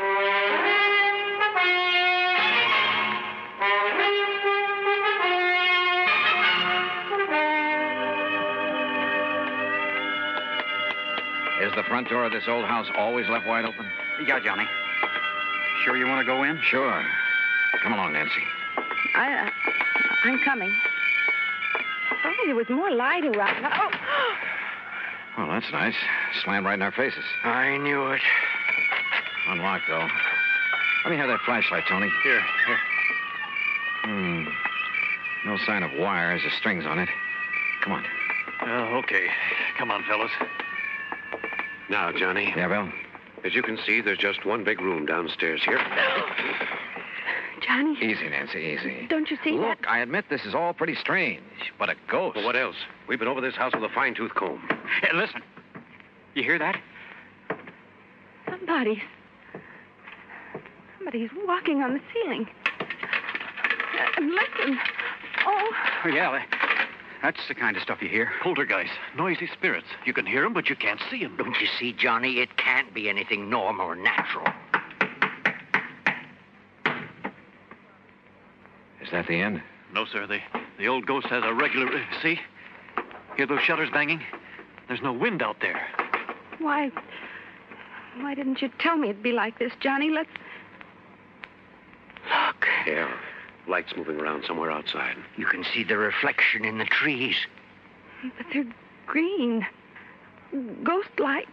Speaker 1: Is the front door of this old house always left wide open?
Speaker 16: Yeah, Johnny. Sure you want to go in?
Speaker 1: Sure. Come along, Nancy.
Speaker 15: I, I, am coming. Oh, there was more light around. Oh,
Speaker 1: Well, that's nice. Slammed right in our faces.
Speaker 13: I knew it.
Speaker 1: Unlocked, though. Let me have that flashlight, Tony. Here, here. Hmm. No sign of wires or strings on it. Come on.
Speaker 17: Oh, okay. Come on, fellas. Now, Johnny.
Speaker 1: Yeah, Bill?
Speaker 17: As you can see, there's just one big room downstairs here.
Speaker 15: Johnny.
Speaker 1: Easy, Nancy, easy.
Speaker 15: Don't you see
Speaker 1: Look, I admit this is all pretty strange, but a ghost.
Speaker 17: Well, what else? We've been over this house with a fine tooth comb. Hey, listen. You hear that?
Speaker 15: Somebody's. Somebody's walking on the ceiling. Uh, and listen. Oh,
Speaker 16: Oh, yeah, that- that's the kind of stuff you hear.
Speaker 17: Poltergeist. Noisy spirits. You can hear them, but you can't see them.
Speaker 13: Don't you see, Johnny? It can't be anything normal or natural.
Speaker 1: Is that the end?
Speaker 17: No, sir. The, the old ghost has a regular.
Speaker 12: uh,
Speaker 17: See? Hear those shutters banging? There's no wind out there.
Speaker 15: why. Why didn't you tell me it'd be like this, Johnny? Let's.
Speaker 17: Look. Yeah. Lights moving around somewhere outside.
Speaker 13: You can see the reflection in the trees.
Speaker 15: But they're green. Ghost lights.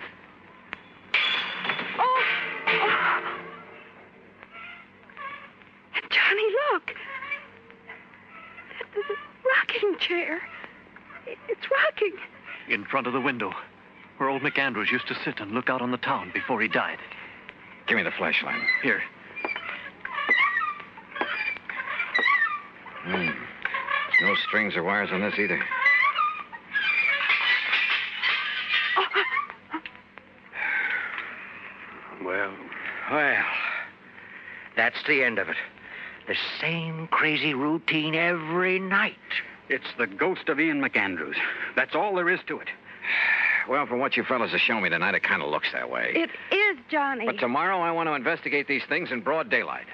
Speaker 15: Oh! oh. Johnny, look! There's a rocking chair. It- It's rocking.
Speaker 17: In front of the window, where old McAndrews used to sit and look out on the town before he died.
Speaker 1: Give me the flashlight.
Speaker 17: Here.
Speaker 1: Hmm. No strings or wires on this either.
Speaker 15: Oh,
Speaker 13: Well, well, that's the end of it. The same crazy routine every night.
Speaker 16: It's the ghost of Ian McAndrews. That's all there is to it.
Speaker 1: (sighs) Well, from what you fellas have shown me tonight, it kind of looks that way.
Speaker 15: It is Johnny.
Speaker 1: But tomorrow I want to investigate these things in broad daylight.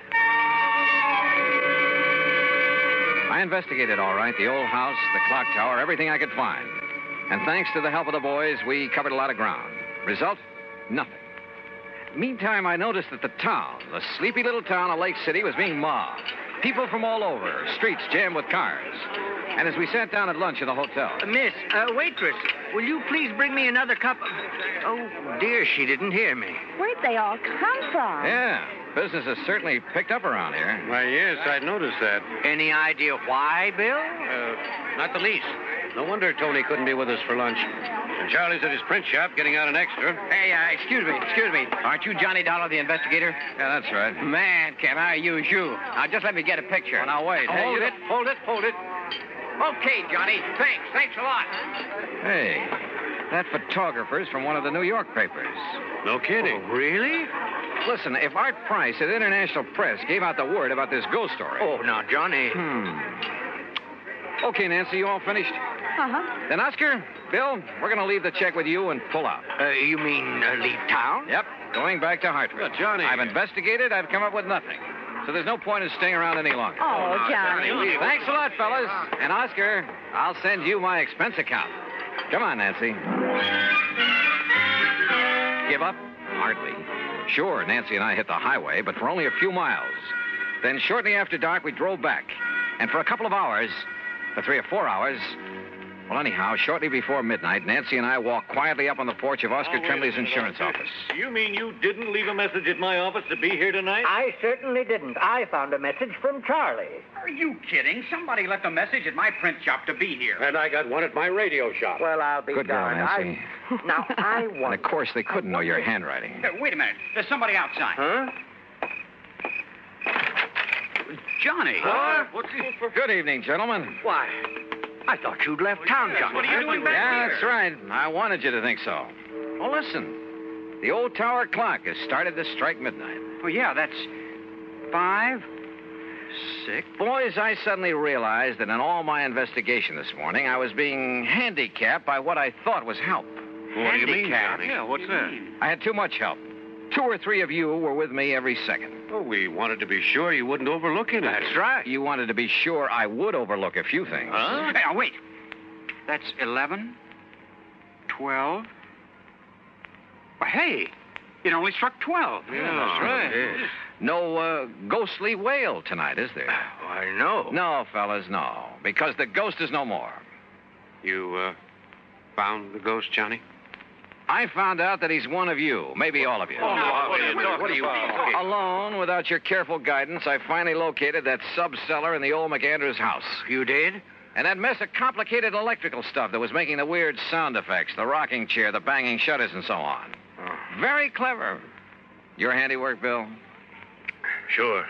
Speaker 1: I investigated all right the old house, the clock tower, everything I could find. And thanks to the help of the boys, we covered a lot of ground. Result? Nothing. Meantime, I noticed that the town, the sleepy little town of Lake City, was being mobbed. People from all over, streets jammed with cars. And as we sat down at lunch at the hotel,
Speaker 13: Miss, uh, waitress, will you please bring me another cup? of- Oh, dear, she didn't hear me.
Speaker 15: Where'd they all come from?
Speaker 1: yeah, business has certainly picked up around here.
Speaker 17: Why, yes, I noticed that.
Speaker 13: Any idea why, Bill?
Speaker 17: Uh, not the least. No wonder Tony couldn't be with us for lunch. And Charlie's at his print shop getting out an extra.
Speaker 13: Hey, uh, excuse me, excuse me. Aren't you Johnny Dollar, the investigator?
Speaker 1: Yeah, that's right.
Speaker 13: Man, can I use you? Now, just let me get a picture.
Speaker 1: Well, now, wait. Hey,
Speaker 13: Hold
Speaker 1: you
Speaker 13: it, hold it, hold it. Okay, Johnny. Thanks, thanks a lot.
Speaker 1: Hey, that photographer's from one of the New York papers. Oh,
Speaker 17: No kidding.
Speaker 1: really? Listen, if Art Price at International Press gave out the word about this ghost story.
Speaker 13: Oh, now, Johnny.
Speaker 1: Hmm. Okay, Nancy, you all finished?
Speaker 15: Uh-huh.
Speaker 1: Then, Oscar, Bill, we're going to leave the check with you and pull out.
Speaker 13: Uh, you mean uh, leave town?
Speaker 1: Yep, going back to Hartford. Johnny. I've investigated, I've come up with nothing. So there's no point in staying around any longer.
Speaker 15: Oh, Johnny.
Speaker 1: Thanks a lot, fellas. And Oscar, I'll send you my expense account. Come on, Nancy. Give up? Hardly. Sure, Nancy and I hit the highway, but for only a few miles. Then shortly after dark, we drove back. And for a couple of hours, for three or four hours, Well, anyhow, shortly before midnight, Nancy and I walked quietly up on the porch of Oscar
Speaker 17: Oh, wait a
Speaker 1: Trimley's
Speaker 17: minute,
Speaker 1: insurance
Speaker 17: Oscar.
Speaker 1: office.
Speaker 17: You mean you didn't leave a message at my office to be here tonight?
Speaker 13: I certainly didn't. I found a message from Charlie.
Speaker 20: Are you kidding? Somebody left a message at my print shop to be here.
Speaker 18: And I got one at my radio shop.
Speaker 13: Well, I'll be
Speaker 1: Good girl,
Speaker 13: darned.
Speaker 1: Nancy.
Speaker 13: I... Now, I
Speaker 1: (laughs) And of
Speaker 13: wonder.
Speaker 1: course, they couldn't know your handwriting.
Speaker 20: Hey, wait a minute. There's somebody outside.
Speaker 13: Huh?
Speaker 20: Johnny.
Speaker 13: Huh?
Speaker 20: What's he...
Speaker 1: Good evening, gentlemen.
Speaker 13: Why, I thought you'd left town, Johnny.
Speaker 1: yeah, that's right. I wanted you to think so. Well, listen. The old tower clock has started to strike midnight.
Speaker 20: Oh, yeah, that's five, six.
Speaker 1: Boys, I suddenly realized that in all my investigation this morning, I was being handicapped by what I thought was help.
Speaker 18: What do you mean, Johnny?
Speaker 1: Yeah,
Speaker 18: what's that?
Speaker 1: I had too much help. Two or three of you were with me every second.
Speaker 18: Well, Oh, we wanted to be sure you wouldn't overlook anything.
Speaker 1: That's right. You wanted to be sure I would overlook a few things.
Speaker 20: Hey, now, wait. That's 11, 12. Well, hey, it only struck 12.
Speaker 18: oh,
Speaker 1: No uh, ghostly wail tonight, is there?
Speaker 18: Why, no.
Speaker 1: No, fellas, no. Because the ghost is no more.
Speaker 18: You, uh, found the ghost, Johnny?
Speaker 1: I found out that he's one of you, maybe all of you.
Speaker 18: Oh, no, what are you talking about?
Speaker 1: Alone, without your careful guidance, I finally located that sub cellar in the old McAndrews house.
Speaker 13: You did?
Speaker 1: And that mess of complicated electrical stuff that was making the weird sound effects, the rocking chair, the banging shutters, and so on.
Speaker 18: Oh.
Speaker 1: Very clever. Your handiwork, Bill?
Speaker 18: Sure.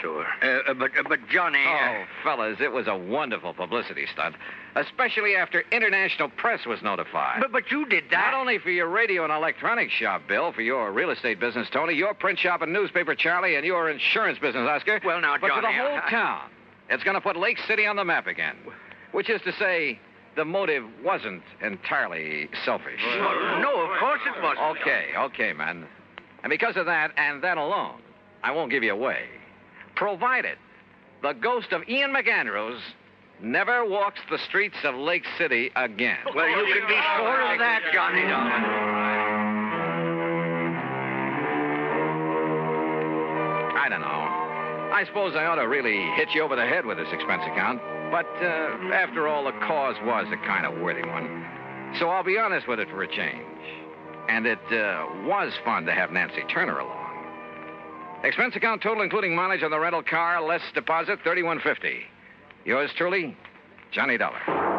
Speaker 18: Sure.
Speaker 1: Uh, but, but, Johnny. Oh, fellas, it was a wonderful publicity stunt, especially after international press was notified.
Speaker 13: But, but you did that.
Speaker 1: Not only for your radio and electronics shop, Bill, for your real estate business, Tony, your print shop and newspaper, Charlie, and your insurance business, Oscar. Well, now, but for
Speaker 13: Johnny,
Speaker 1: the whole
Speaker 13: I-
Speaker 1: town. It's going to put Lake City on the map again. Which is to say, the motive wasn't entirely selfish.
Speaker 13: No, of course it wasn't.
Speaker 1: Okay, okay, man. And because of that, and that alone, I won't give you away. Provided the ghost of Ian McAndrews never walks the streets of Lake City again.
Speaker 13: Well, you can be sure of that, Johnny,
Speaker 1: I don't know. I suppose I ought to really hit you over the head with this expense account. But uh, after all, the cause was a kind of worthy one. So I'll be honest with it for a change. And it uh, was fun to have Nancy Turner along. Expense account total, including mileage on the rental car, less deposit, thirty-one fifty. Yours truly, Johnny Dollar.